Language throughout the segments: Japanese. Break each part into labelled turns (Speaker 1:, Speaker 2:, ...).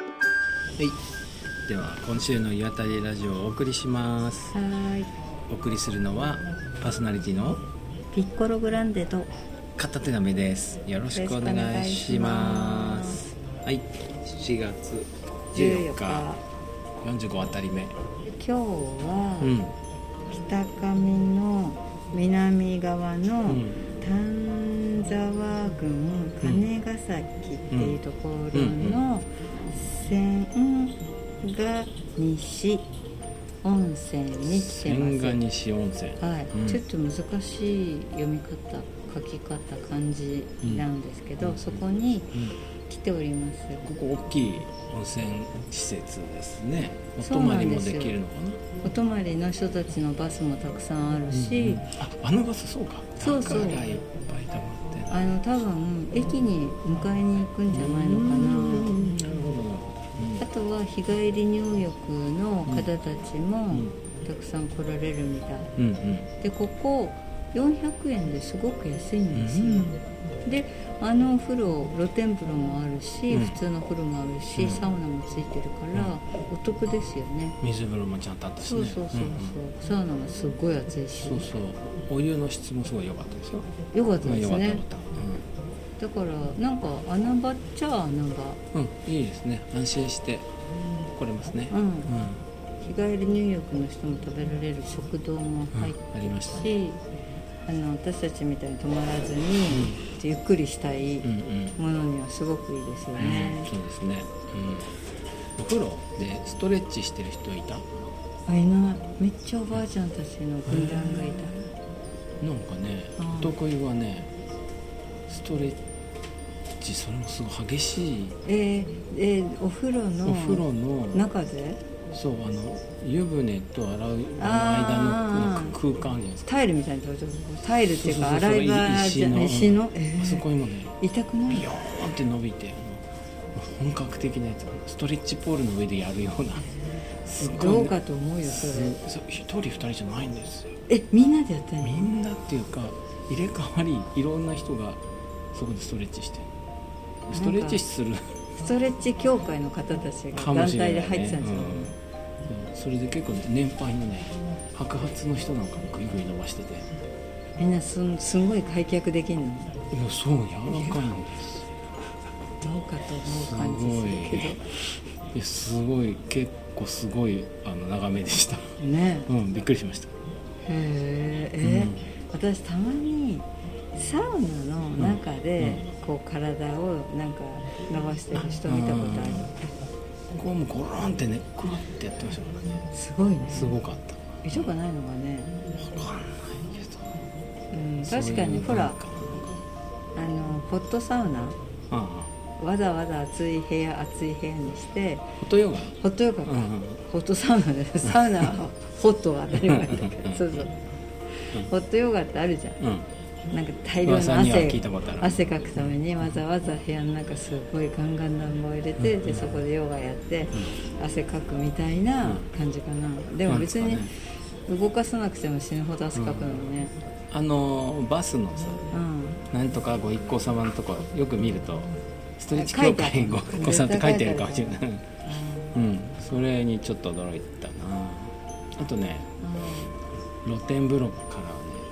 Speaker 1: はいでは今週の「岩谷ラジオ」をお送りします
Speaker 2: はい
Speaker 1: お送りするのはパーソナリティの
Speaker 2: ピッコログランデと
Speaker 1: 片手なめですよろしくお願いしますはい7月14
Speaker 2: 14
Speaker 1: 日
Speaker 2: 日
Speaker 1: 45あたり目
Speaker 2: 今日は、
Speaker 1: うん
Speaker 2: 北上の南側の、
Speaker 1: うん
Speaker 2: 丹沢郡金ヶ崎っていうところの千ヶ西温泉に来て
Speaker 1: 千賀
Speaker 2: ま
Speaker 1: 西温泉
Speaker 2: す、はい
Speaker 1: うん
Speaker 2: ちょっと難しい読み方書き方漢字なんですけど、
Speaker 1: うん
Speaker 2: そこに
Speaker 1: うん
Speaker 2: 来ております
Speaker 1: ここ大きい温泉施設ですねお
Speaker 2: そ
Speaker 1: 泊
Speaker 2: う
Speaker 1: ま
Speaker 2: な
Speaker 1: り
Speaker 2: んで
Speaker 1: も
Speaker 2: す
Speaker 1: で
Speaker 2: よ
Speaker 1: きるのか
Speaker 2: お泊まりの人たちのバスもたくさんある
Speaker 1: な
Speaker 2: し、
Speaker 1: うんうんああのバスそうか
Speaker 2: そうそう
Speaker 1: だからいっぱい溜まってんだ
Speaker 2: あの多分駅に迎えに行くんじゃないのかな、
Speaker 1: うんなるほどなる
Speaker 2: あとは日帰り入浴の方たち
Speaker 1: ほど
Speaker 2: もたくさん来られるみたい
Speaker 1: うんうんうん
Speaker 2: でここ400円ですごく安いんですよ、
Speaker 1: う
Speaker 2: であのお風呂露天風呂もあるし、
Speaker 1: うん
Speaker 2: 普通の風呂もあるし、
Speaker 1: うん
Speaker 2: サウナもついてるから、お得ですよね
Speaker 1: 水風呂もちゃんとあったし
Speaker 2: そう
Speaker 1: ね
Speaker 2: そうそうそう、
Speaker 1: ん
Speaker 2: サウナもすごい暑いし
Speaker 1: うんそうそうお湯の質もすごい良かったですよ
Speaker 2: よかった
Speaker 1: うん
Speaker 2: で
Speaker 1: 良
Speaker 2: す
Speaker 1: かった良
Speaker 2: ね
Speaker 1: かった
Speaker 2: だからなんか穴場っちゃ穴場
Speaker 1: うんうんいいですね安心して来れますね
Speaker 2: うん、
Speaker 1: うん
Speaker 2: 日帰り入浴の人も食べられる食堂も
Speaker 1: うん
Speaker 2: 入っ
Speaker 1: ありましたね
Speaker 2: し、あの私たちみたいに泊まらずに、ゆっくりしたい
Speaker 1: うんうん
Speaker 2: ものにはすごくいいですよ
Speaker 1: うん
Speaker 2: ね、
Speaker 1: そうですね、うん、お風呂でストレッチしてる人いた
Speaker 2: あいないめっちゃおばあちゃんたちの軍団がいた、
Speaker 1: なんかね
Speaker 2: うん
Speaker 1: お得意はねストレッチそれもすごい激しい
Speaker 2: えーえーお風呂の
Speaker 1: お風呂の
Speaker 2: 中で
Speaker 1: そうあの湯船と洗うの間の
Speaker 2: あー
Speaker 1: なんか空間あるじゃないですか
Speaker 2: タイルみたいなところタイルっていう
Speaker 1: そ
Speaker 2: か
Speaker 1: うそうそう
Speaker 2: 洗い場じゃない
Speaker 1: 石
Speaker 2: 石
Speaker 1: の
Speaker 2: のえー
Speaker 1: あそこにもね
Speaker 2: 痛くない
Speaker 1: ビヨーンって伸びてあの本格的なやつストレッチポールの上でやるようなすごいね
Speaker 2: どうかと思うよそ
Speaker 1: す
Speaker 2: れ
Speaker 1: そう一人二人じゃないんですよ
Speaker 2: えみんなでやってんの
Speaker 1: みんなっていうか入れ替わりいろんな人がそこでストレッチしてる
Speaker 2: んか
Speaker 1: ストレッチする
Speaker 2: ストレッチ協会の方たち
Speaker 1: か
Speaker 2: が
Speaker 1: も
Speaker 2: 団
Speaker 1: しれない、ね、
Speaker 2: 体で入ってたんじゃない、
Speaker 1: うんそうそれで結構年配のね白髪の人なんかもグイグイ伸ばしてていや
Speaker 2: みんなすんすんごい開脚できんの
Speaker 1: そう柔らかいんですよ
Speaker 2: どうかと思う感じするけ
Speaker 1: いやすごい結構すごいあの長めでした
Speaker 2: どね
Speaker 1: うんびっくりしました
Speaker 2: へえ、私たまにサウナの中で、こう体をなんか伸ばしてる人見たことある、
Speaker 1: ここはもうゴロンってねクワってやってましたからね
Speaker 2: すごいね
Speaker 1: すごかった
Speaker 2: 痛くないのがね、
Speaker 1: 分かんないけど
Speaker 2: うん、確かにほらあのホットサウナ
Speaker 1: ああ
Speaker 2: わざわざ暑い部屋暑い部屋にして
Speaker 1: フォトヨガ
Speaker 2: ホットヨガか、ホットサウナでサウナはホットは当たり前だけどそうそうホットヨガってあるじゃん
Speaker 1: うん
Speaker 2: なんか大量の
Speaker 1: 噂には聞い
Speaker 2: 汗
Speaker 1: たことある
Speaker 2: 汗かくためにわざわざ部屋の中すごいガンガン暖房入れて、
Speaker 1: うん
Speaker 2: でそこでヨガやって、汗かくみたいな感じかな、でも別に
Speaker 1: なんかね
Speaker 2: 動かさなくても死ぬほど汗かくのね
Speaker 1: あのバスのさ
Speaker 2: うん、
Speaker 1: なんとかご一行様のとこよく見るとストレッチ
Speaker 2: 書
Speaker 1: 協
Speaker 2: いてある
Speaker 1: 会ご一行様って書いてあるかもしれない
Speaker 2: 絶対書いてある
Speaker 1: うんそれにちょっと驚いたなあとね露天風呂か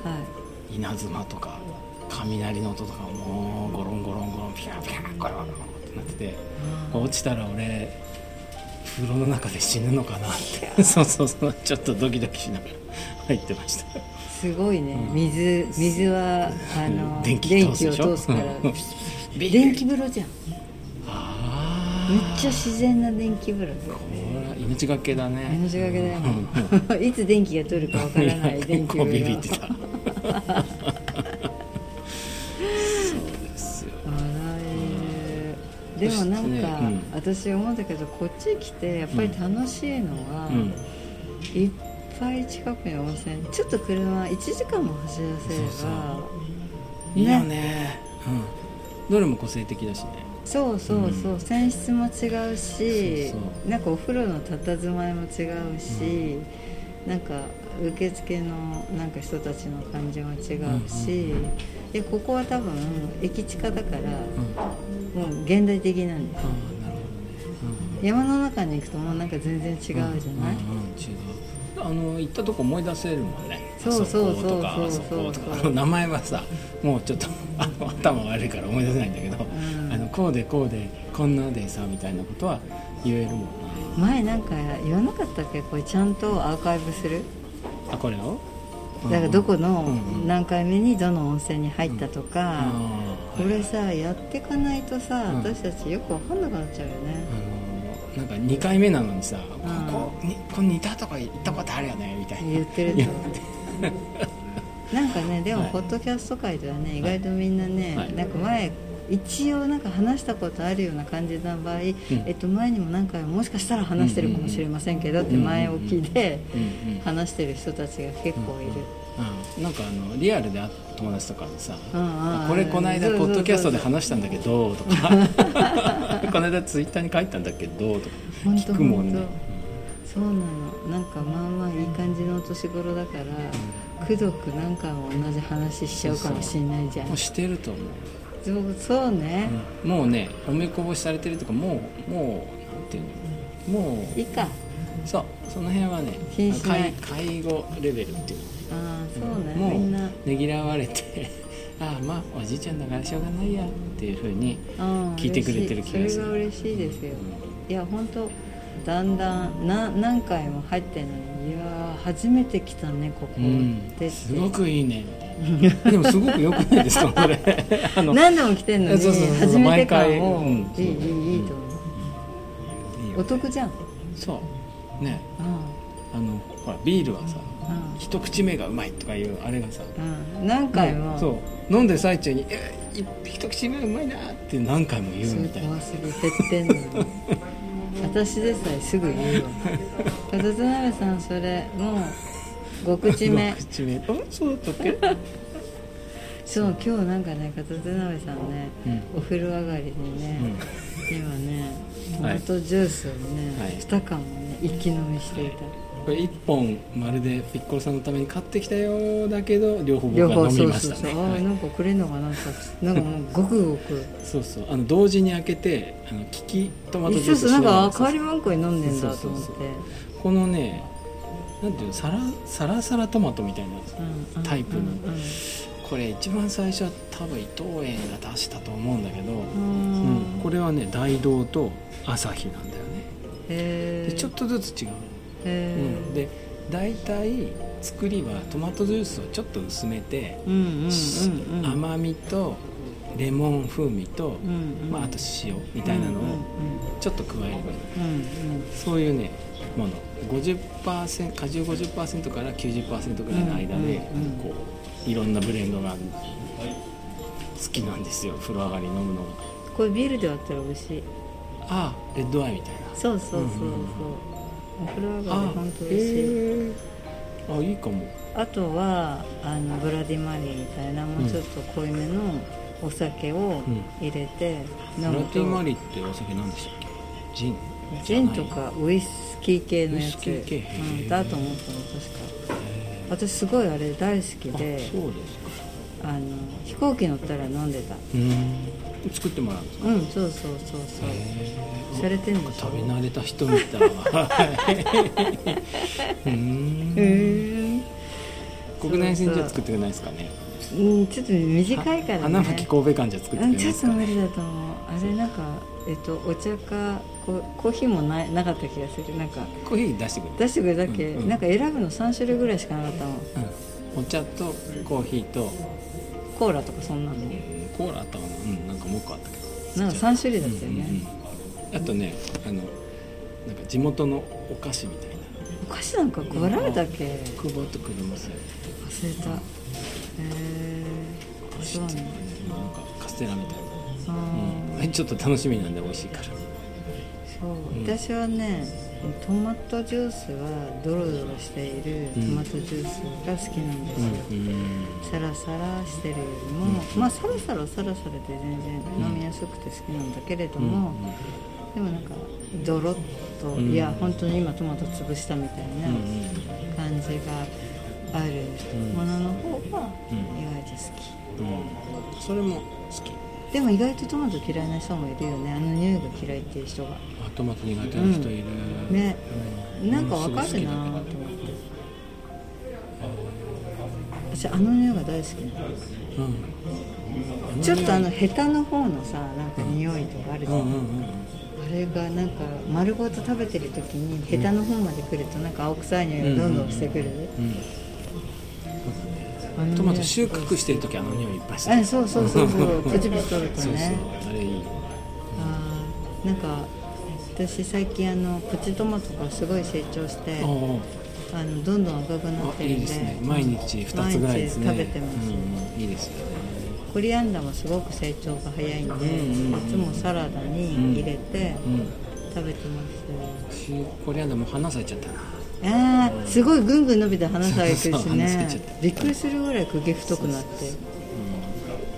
Speaker 1: らはね
Speaker 2: はい
Speaker 1: 稲妻とか雷の音とかもうゴロンゴロンゴロンピャーピャーゴロンゴロンってなってて落ちたら俺風呂の中で死ぬのかなって そうそうそうちょっとドキドキしながら入ってました
Speaker 2: すごいね、
Speaker 1: うん
Speaker 2: 水水はあの
Speaker 1: 電気
Speaker 2: 電気
Speaker 1: 通すで
Speaker 2: を
Speaker 1: しょ
Speaker 2: 通すから
Speaker 1: うん
Speaker 2: 電気風呂じゃん
Speaker 1: ああ
Speaker 2: めっちゃ自然な電気風呂だよ
Speaker 1: これは命がけだね
Speaker 2: 命がけだよ
Speaker 1: うんうん
Speaker 2: もういつ電気が取るかわからない電
Speaker 1: 結
Speaker 2: 気
Speaker 1: 構
Speaker 2: 風
Speaker 1: ビビっ
Speaker 2: 呂
Speaker 1: てた そうですよ
Speaker 2: 笑えるでもなん
Speaker 1: そして
Speaker 2: か、
Speaker 1: ねうん
Speaker 2: 私思うんだけどこっち来てやっぱり楽しいのは、
Speaker 1: うん
Speaker 2: いっぱい近くに温泉ちょっと車1時間も走らせれば
Speaker 1: そういいよねうん、どれも個性的だしね
Speaker 2: そうそうそう、泉質も違うし
Speaker 1: そうそ
Speaker 2: なんかお風呂の佇まいも違うし、なんか受付のなんか人たちの感じも違うし、でここは多分駅近だから、
Speaker 1: うんあ
Speaker 2: もう現代的なんです
Speaker 1: あなるほどね、うん
Speaker 2: 山の中に行くともうなんか全然違うじゃ
Speaker 1: うん
Speaker 2: ない、
Speaker 1: うん違うあの行ったとこ思い出せるもんね
Speaker 2: そうそうそう
Speaker 1: あこ
Speaker 2: そうそう
Speaker 1: あそことかあの名前はさもうちょっとあの頭悪いから思い出せないんだけど、
Speaker 2: ん
Speaker 1: あのこうでこうでこんなでさみたいなことは言えるもんな
Speaker 2: 前なんか言わなかったっけこれちゃんとアーカイブする
Speaker 1: あこれを
Speaker 2: だからどこ
Speaker 1: う
Speaker 2: の
Speaker 1: んうん
Speaker 2: 何回目にどの温泉に入ったとか、
Speaker 1: あー
Speaker 2: これさやってかないとさ、
Speaker 1: うん
Speaker 2: 私たちよくわかんなくなっちゃうよね
Speaker 1: あのなんか2回目なのにさ「
Speaker 2: ん
Speaker 1: ここにこ似たとこ行ったことあるよね」みたいな
Speaker 2: 言ってる
Speaker 1: 言
Speaker 2: と
Speaker 1: って
Speaker 2: なんかねでも
Speaker 1: はい
Speaker 2: ポッドキャスト界ではね意外とみんなね、
Speaker 1: はい
Speaker 2: なんか前一応なんか話したことあるような感じな場合、えっと、前にも何回ももしかしたら話してるかもしれませんけどって前置きで
Speaker 1: うんうん
Speaker 2: 話してる人たちが結構いる、
Speaker 1: うんなんかあのリアルで会った友達とかでさ
Speaker 2: うんうんうん
Speaker 1: これこの間
Speaker 2: そう
Speaker 1: ポ
Speaker 2: そうそう
Speaker 1: ッドキャストで話したんだけど」と か「この間ツイッターに書いたんだけど」とか
Speaker 2: 本当
Speaker 1: 聞くもんね
Speaker 2: 本そうなのなんかまあまあいい感じのお年頃だからくどく何回も同じ話しちゃうかもしれないじゃん
Speaker 1: もうしてると思う、
Speaker 2: そうそうね、
Speaker 1: もうね褒めこぼしされてるとかもうもうなんていうのも
Speaker 2: いいか
Speaker 1: うそうその辺はね
Speaker 2: 気にしない
Speaker 1: 介介護レベルっていうの
Speaker 2: ああそうね、
Speaker 1: も
Speaker 2: みん
Speaker 1: う
Speaker 2: な、
Speaker 1: ねぎらわれてああまあおじいちゃんだからしょうがないやっていうふうに、
Speaker 2: うん、
Speaker 1: 聞いてくれてる気がする
Speaker 2: 嬉しいそれが嬉しいですよ、いや本当だんだんな何回も入ってんのにいやー初めて来たねここ
Speaker 1: う
Speaker 2: っ
Speaker 1: ん
Speaker 2: て、
Speaker 1: すごくいい ねみたいなでもすごくよくないですかこれ あの
Speaker 2: 何度も来てんのに
Speaker 1: そうそうそう
Speaker 2: 初めて感を、
Speaker 1: 毎回うん
Speaker 2: いいいいいいと思、
Speaker 1: いいうよ
Speaker 2: お得じゃん、
Speaker 1: そうね
Speaker 2: う
Speaker 1: あのほらビールはさ
Speaker 2: ん
Speaker 1: 一口目がうまいとかいうあれがさ
Speaker 2: うんうん、何回も
Speaker 1: そう飲んでる最中に「えい一口目うまいな」って何回も言う
Speaker 2: それ
Speaker 1: みたいな
Speaker 2: 怖すぎてってんのに私でさえすぐ言うわ田辺さんそれもう5口目
Speaker 1: 六口目うんそうだったっけ
Speaker 2: そう今日なんかね片手鍋さんね、
Speaker 1: うん
Speaker 2: お風呂上がりにね、今ねト
Speaker 1: は
Speaker 2: マ
Speaker 1: い
Speaker 2: トジュースをね、
Speaker 1: はい
Speaker 2: 2缶もね一気飲みしていた、
Speaker 1: これ一本まるでピッコロさんのために買ってきたようだけど両方僕
Speaker 2: 両方
Speaker 1: は飲
Speaker 2: そ
Speaker 1: み
Speaker 2: う
Speaker 1: ま
Speaker 2: そ
Speaker 1: し
Speaker 2: う
Speaker 1: た
Speaker 2: そう、
Speaker 1: ね
Speaker 2: あ
Speaker 1: は
Speaker 2: あ
Speaker 1: い
Speaker 2: なんかこれのがなんかなんかもうごくごく
Speaker 1: そうそうあの同時に開けてあの利きトマト
Speaker 2: 一
Speaker 1: ジュー
Speaker 2: 緒
Speaker 1: ス
Speaker 2: そうなんかあ
Speaker 1: し
Speaker 2: 変
Speaker 1: なが
Speaker 2: わりもんこに飲んでんだと
Speaker 1: そう
Speaker 2: 思
Speaker 1: そう
Speaker 2: って
Speaker 1: そうらこのねなんていうのサラサラサラトマトみたいなやつ
Speaker 2: うんうん
Speaker 1: タイプの
Speaker 2: うんうん
Speaker 1: これ一番最初は多分伊藤園が出したと思うんだけど、
Speaker 2: う
Speaker 1: うん
Speaker 2: ん
Speaker 1: これはね大道と朝日なんだよね
Speaker 2: へ
Speaker 1: で
Speaker 2: え
Speaker 1: ちょっとずつ違う、う
Speaker 2: へえ
Speaker 1: ん、で大体作りはトマトジュースをちょっと薄めて、
Speaker 2: うんうんうんうん
Speaker 1: 甘みとレモン風味と、
Speaker 2: うんうん
Speaker 1: まあ、あと塩みたいなのを
Speaker 2: うんうん
Speaker 1: ちょっと加える
Speaker 2: うん
Speaker 1: そういうねもの50%果汁50%から90%ぐらいの間で
Speaker 2: うんうんうん
Speaker 1: こういろんなブレンドが好きなんですよ風呂上がり飲むのが
Speaker 2: うんこれビールで割ったら美味しい
Speaker 1: ああレッドアイみたいな
Speaker 2: そうそうそうそう
Speaker 1: うんうんうん
Speaker 2: お風呂上がり
Speaker 1: あ
Speaker 2: 本当美味し
Speaker 1: へ
Speaker 2: い、
Speaker 1: えあいいかも
Speaker 2: あとはあのブラディマリーみたいなもうちょっと濃いめのお酒を入れて飲
Speaker 1: ラ
Speaker 2: む
Speaker 1: テ
Speaker 2: と、
Speaker 1: ィマリってお酒なんでしたっけジン
Speaker 2: ジンとかウイスキー系のや
Speaker 1: ウイス
Speaker 2: つ
Speaker 1: キー系
Speaker 2: うん、だと思ったの確か
Speaker 1: へ
Speaker 2: 私すごいあれ大好き
Speaker 1: えあ
Speaker 2: で
Speaker 1: そうですか
Speaker 2: あの飛行機乗ったら飲んでた
Speaker 1: うん作ってもらうんですか
Speaker 2: うんそうそうそうそうされてんでしょ
Speaker 1: 食べ慣れた人みたい うん
Speaker 2: へ
Speaker 1: 国内線じゃ作ってくれないですかね
Speaker 2: えうんちょっと短いからね
Speaker 1: 花巻神戸間じゃ作ってくれ
Speaker 2: う、
Speaker 1: なんい
Speaker 2: ち
Speaker 1: で
Speaker 2: ょっ
Speaker 1: す
Speaker 2: と
Speaker 1: か
Speaker 2: 無
Speaker 1: ね
Speaker 2: 理だと思うあれなんか、えっと、お茶かココーヒーもないなかった気がするなんか
Speaker 1: コーヒー出してくれる
Speaker 2: 出してくれたっけ、
Speaker 1: うんうん
Speaker 2: なんか選ぶの3種類ぐらいしかなかったもん
Speaker 1: うんお茶とコーヒーと
Speaker 2: コーラとかそんなのなんか
Speaker 1: うんコーラあったかなうんなんかもう一個あったけど
Speaker 2: 3種類だったよね、
Speaker 1: うんうんあとねあのなんか地元のお菓子みたいな
Speaker 2: お菓子なんか配られたっけ
Speaker 1: 久
Speaker 2: 忘
Speaker 1: 保と久保さん
Speaker 2: れたへえそう
Speaker 1: なん
Speaker 2: ね
Speaker 1: かカステラみたいな
Speaker 2: あー
Speaker 1: うんちょっと楽しみなんで美味しいから
Speaker 2: そう、
Speaker 1: うん
Speaker 2: 私はねトマトジュースはドロドロしているトマトジュースが好きなんですよ、
Speaker 1: うん
Speaker 2: サラサラしてるよりも、まあサラサラサラサラで全然飲みやすくて好きなんだけれども、でもなんかドロッと、
Speaker 1: うん
Speaker 2: いや本当に今トマト潰したみたいな感じがあるものの方が
Speaker 1: うん
Speaker 2: 意外と好き、
Speaker 1: うんそれも好き
Speaker 2: でも意外とトマト嫌いな人もいるよねあの匂いが嫌いっていう人が
Speaker 1: あトマト苦手な人いる、
Speaker 2: うんね
Speaker 1: う
Speaker 2: なんかわかるなと思って私あの匂いが大好きなの
Speaker 1: うんうん
Speaker 2: ちょっとあのヘタの方のさなんか匂いとかあるじゃん、
Speaker 1: うんうん
Speaker 2: あれがなんか丸ごと食べてる時にヘタの方まで来るとなんか青臭い匂いがどんどんしてくる、
Speaker 1: うん
Speaker 2: あの
Speaker 1: うん
Speaker 2: ね
Speaker 1: トマト収穫してる時あの匂いいっぱいして
Speaker 2: あそうそうそ うそうプチプチ取ると
Speaker 1: そう
Speaker 2: ね
Speaker 1: そうあれいい
Speaker 2: あーなんか私最近あのプチトマトがすごい成長して
Speaker 1: おうおう
Speaker 2: あのどんどん赤くなっ
Speaker 1: あ
Speaker 2: て
Speaker 1: い
Speaker 2: る
Speaker 1: い
Speaker 2: ん
Speaker 1: で
Speaker 2: です
Speaker 1: ね毎日2つぐらいですね
Speaker 2: 毎日食べてます、
Speaker 1: うん、いいですよね
Speaker 2: コリアンダーもすごく成長が早い
Speaker 1: う
Speaker 2: んで、
Speaker 1: んうんうん
Speaker 2: いつもサラダに入れて
Speaker 1: うん
Speaker 2: 食べてます、
Speaker 1: シーコリアンダーも花咲いちゃったな
Speaker 2: あーすごいぐんぐん伸びて花咲いてる
Speaker 1: そうそ
Speaker 2: し
Speaker 1: う花咲いちゃ
Speaker 2: ね
Speaker 1: って
Speaker 2: びっくりするぐらい茎太くなって
Speaker 1: うん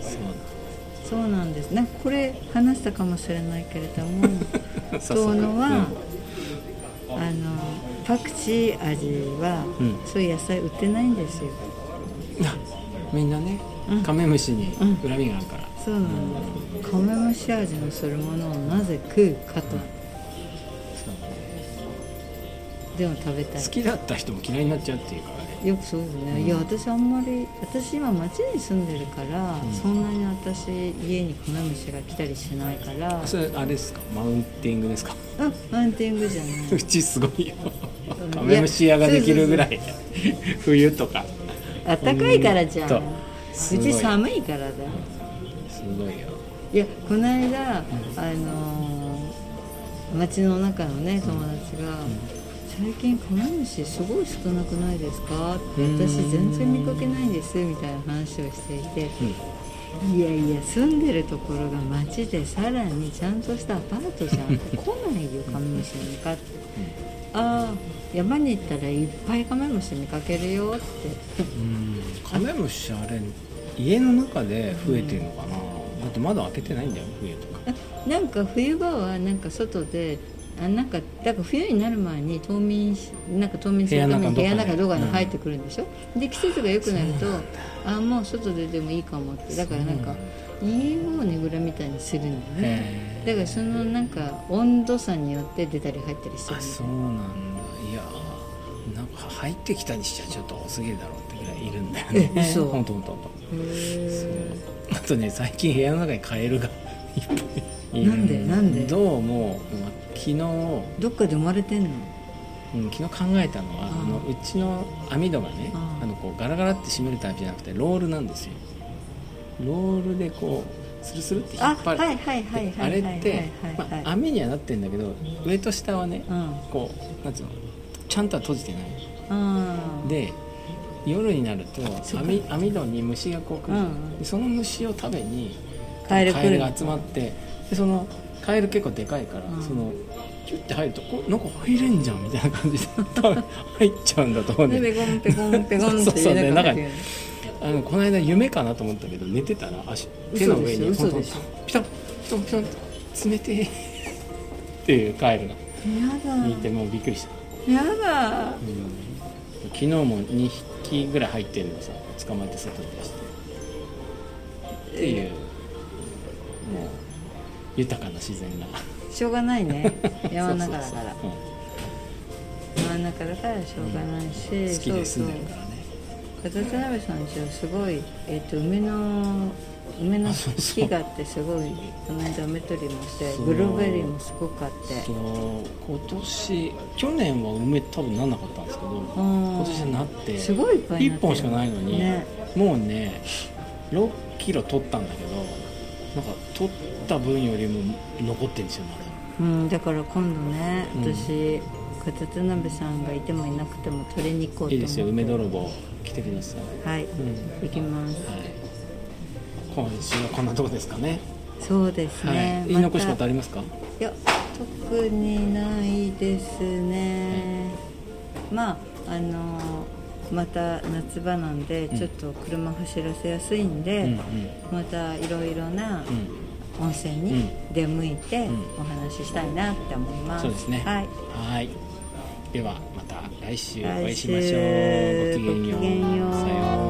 Speaker 1: そう
Speaker 2: そうなんですなんかこれ話したかもしれないけれ ども
Speaker 1: ださっさ
Speaker 2: 遠
Speaker 1: と
Speaker 2: 野は、あのパクチー味は、
Speaker 1: うん
Speaker 2: そういう野菜売ってないんですよ
Speaker 1: うんあみんなね
Speaker 2: うん
Speaker 1: カメムシに
Speaker 2: うん
Speaker 1: 恨みがあるから、
Speaker 2: そうなんですカメムシ味のするものをなぜ食うかと
Speaker 1: そう
Speaker 2: でも食べたい
Speaker 1: 好きだった人も嫌いになっちゃうっていうからね
Speaker 2: よくそうですね、いや私あんまり私今町に住んでるから、そんなに私家にカメムシが来たりしないから
Speaker 1: それあれですかマウンティングですか
Speaker 2: あマウンティングじゃないう
Speaker 1: ちすごいよ
Speaker 2: うん
Speaker 1: カメムシ屋ができるぐらい冬とか
Speaker 2: あったかいからじゃん
Speaker 1: ほん
Speaker 2: う
Speaker 1: とすごい
Speaker 2: ち寒いからだ
Speaker 1: すごいよ
Speaker 2: いやこの間あのー町の中のね友達が「最近カメムシすごい少なくないですか?」って
Speaker 1: うん
Speaker 2: 私全然見かけないんです」みたいな話をしていて
Speaker 1: うん
Speaker 2: いやいや住んでるところが町でさらにちゃんとしたアパートじゃん来ないよカメムシにかって、ああ山に行ったらいっぱいカメムシ見かけるよって
Speaker 1: うんカメムシあれ家の中で増えてるのかな、だって窓開けてないんだよ冬とか
Speaker 2: あなんか冬場はなんか外であなんかだから冬になる前に冬眠しなんか冬眠するために部
Speaker 1: 部
Speaker 2: 屋
Speaker 1: 屋
Speaker 2: の
Speaker 1: の
Speaker 2: 中
Speaker 1: 中ど
Speaker 2: ど
Speaker 1: こ
Speaker 2: こか
Speaker 1: か
Speaker 2: に
Speaker 1: に
Speaker 2: 入ってくるんでしょ、で季節が良くなるとあもう外ででもいいかもってだからなんか家をねぐらみたいにするのね
Speaker 1: へ
Speaker 2: だからそのなんか温度差によって出たり入ったりして
Speaker 1: ーあ
Speaker 2: る
Speaker 1: そうなんだいやなんか入ってきたにしちゃちょっと多すぎるだろうってぐらいいるんだよね
Speaker 2: え嘘
Speaker 1: 本当本当本
Speaker 2: へ
Speaker 1: 当 あとね最近部屋の中にカエルが いっぱいいる
Speaker 2: なんでなんで
Speaker 1: どうもまあ昨日、う
Speaker 2: ーどっかで生まれてんの
Speaker 1: ん、昨日考えたのは、
Speaker 2: うん
Speaker 1: あのうちの網戸がね、
Speaker 2: うん
Speaker 1: あのこうガラガラって閉めるタイプじゃなくてロールなんですよロールでこうスルスルって引っ
Speaker 2: あ
Speaker 1: 張
Speaker 2: は
Speaker 1: る
Speaker 2: いはいはいはい
Speaker 1: あ
Speaker 2: は
Speaker 1: れ
Speaker 2: い
Speaker 1: っ
Speaker 2: はい
Speaker 1: て、ま
Speaker 2: はい
Speaker 1: あ、網にはなってんだけど上と下はね、
Speaker 2: うん
Speaker 1: こうなんつうのちゃんとは閉じてない
Speaker 2: うん
Speaker 1: で夜になると
Speaker 2: そっか
Speaker 1: 網網戸に虫がこう来る、
Speaker 2: うん
Speaker 1: でその虫を食べに
Speaker 2: カエル来る
Speaker 1: が集まってでそのカエル結構でかいから、
Speaker 2: うん
Speaker 1: そのキュッて入るとこなんか入れんじゃんみたいな感じで 多分入っちゃうんだと思うん
Speaker 2: で
Speaker 1: で
Speaker 2: ペコンペコンペコンって
Speaker 1: そうそう
Speaker 2: 家
Speaker 1: ね
Speaker 2: の中
Speaker 1: 中
Speaker 2: に
Speaker 1: にあのこの間夢かなと思ったけど寝てたら足手の上に
Speaker 2: 嘘
Speaker 1: 本
Speaker 2: で
Speaker 1: 当
Speaker 2: しょ
Speaker 1: ピタンピタンピタンって冷てえっていうカエルがいてもうびっくりした、
Speaker 2: やだやだ
Speaker 1: 昨日も2匹ぐらい入ってるのさ捕まえて外に出してっていうもう豊かな自然が
Speaker 2: しょうがない ね山の中だ
Speaker 1: そう
Speaker 2: から
Speaker 1: そうそう
Speaker 2: 山の中だからしょうがないし、
Speaker 1: うん好きで住んでる
Speaker 2: そう
Speaker 1: からね
Speaker 2: そう片手鍋さんちはすごい、えっと梅の梅の
Speaker 1: あそうそう
Speaker 2: 木があってすごいこの間梅取りもして
Speaker 1: そう
Speaker 2: ブルーベリーもすごくあって
Speaker 1: そう今年去年は梅多分なんなかったんですけど
Speaker 2: う
Speaker 1: 今年
Speaker 2: ん
Speaker 1: はなって
Speaker 2: すごいいっぱいになっ
Speaker 1: 1
Speaker 2: てる
Speaker 1: 本しかないのに、
Speaker 2: ね
Speaker 1: もうね6キロ取ったんだけどなんか取った分よりも残ってるんですよまだ
Speaker 2: うん、だから今度ね
Speaker 1: うん
Speaker 2: 私、片手鍋さんがいてもいなくても取りに行こうと思って
Speaker 1: いいですよ梅泥棒来てください、
Speaker 2: はい、
Speaker 1: うん
Speaker 2: 行きます
Speaker 1: はい、今週はこんなとこですかね、
Speaker 2: そうです
Speaker 1: はい
Speaker 2: ね、
Speaker 1: 言い残したこ
Speaker 2: ま
Speaker 1: とありますか
Speaker 2: いや特にないですね、まああのまた夏場なんで
Speaker 1: ん
Speaker 2: ちょっと車走らせやすいんで、
Speaker 1: うんうん
Speaker 2: またいろいろな
Speaker 1: うん
Speaker 2: 温泉に出向いて
Speaker 1: うん
Speaker 2: お話ししたいなって思います、
Speaker 1: そうですね
Speaker 2: はい
Speaker 1: はいではまた来週お会いしましょう
Speaker 2: 来週
Speaker 1: ごきげんよう
Speaker 2: ごきげんよう
Speaker 1: さよう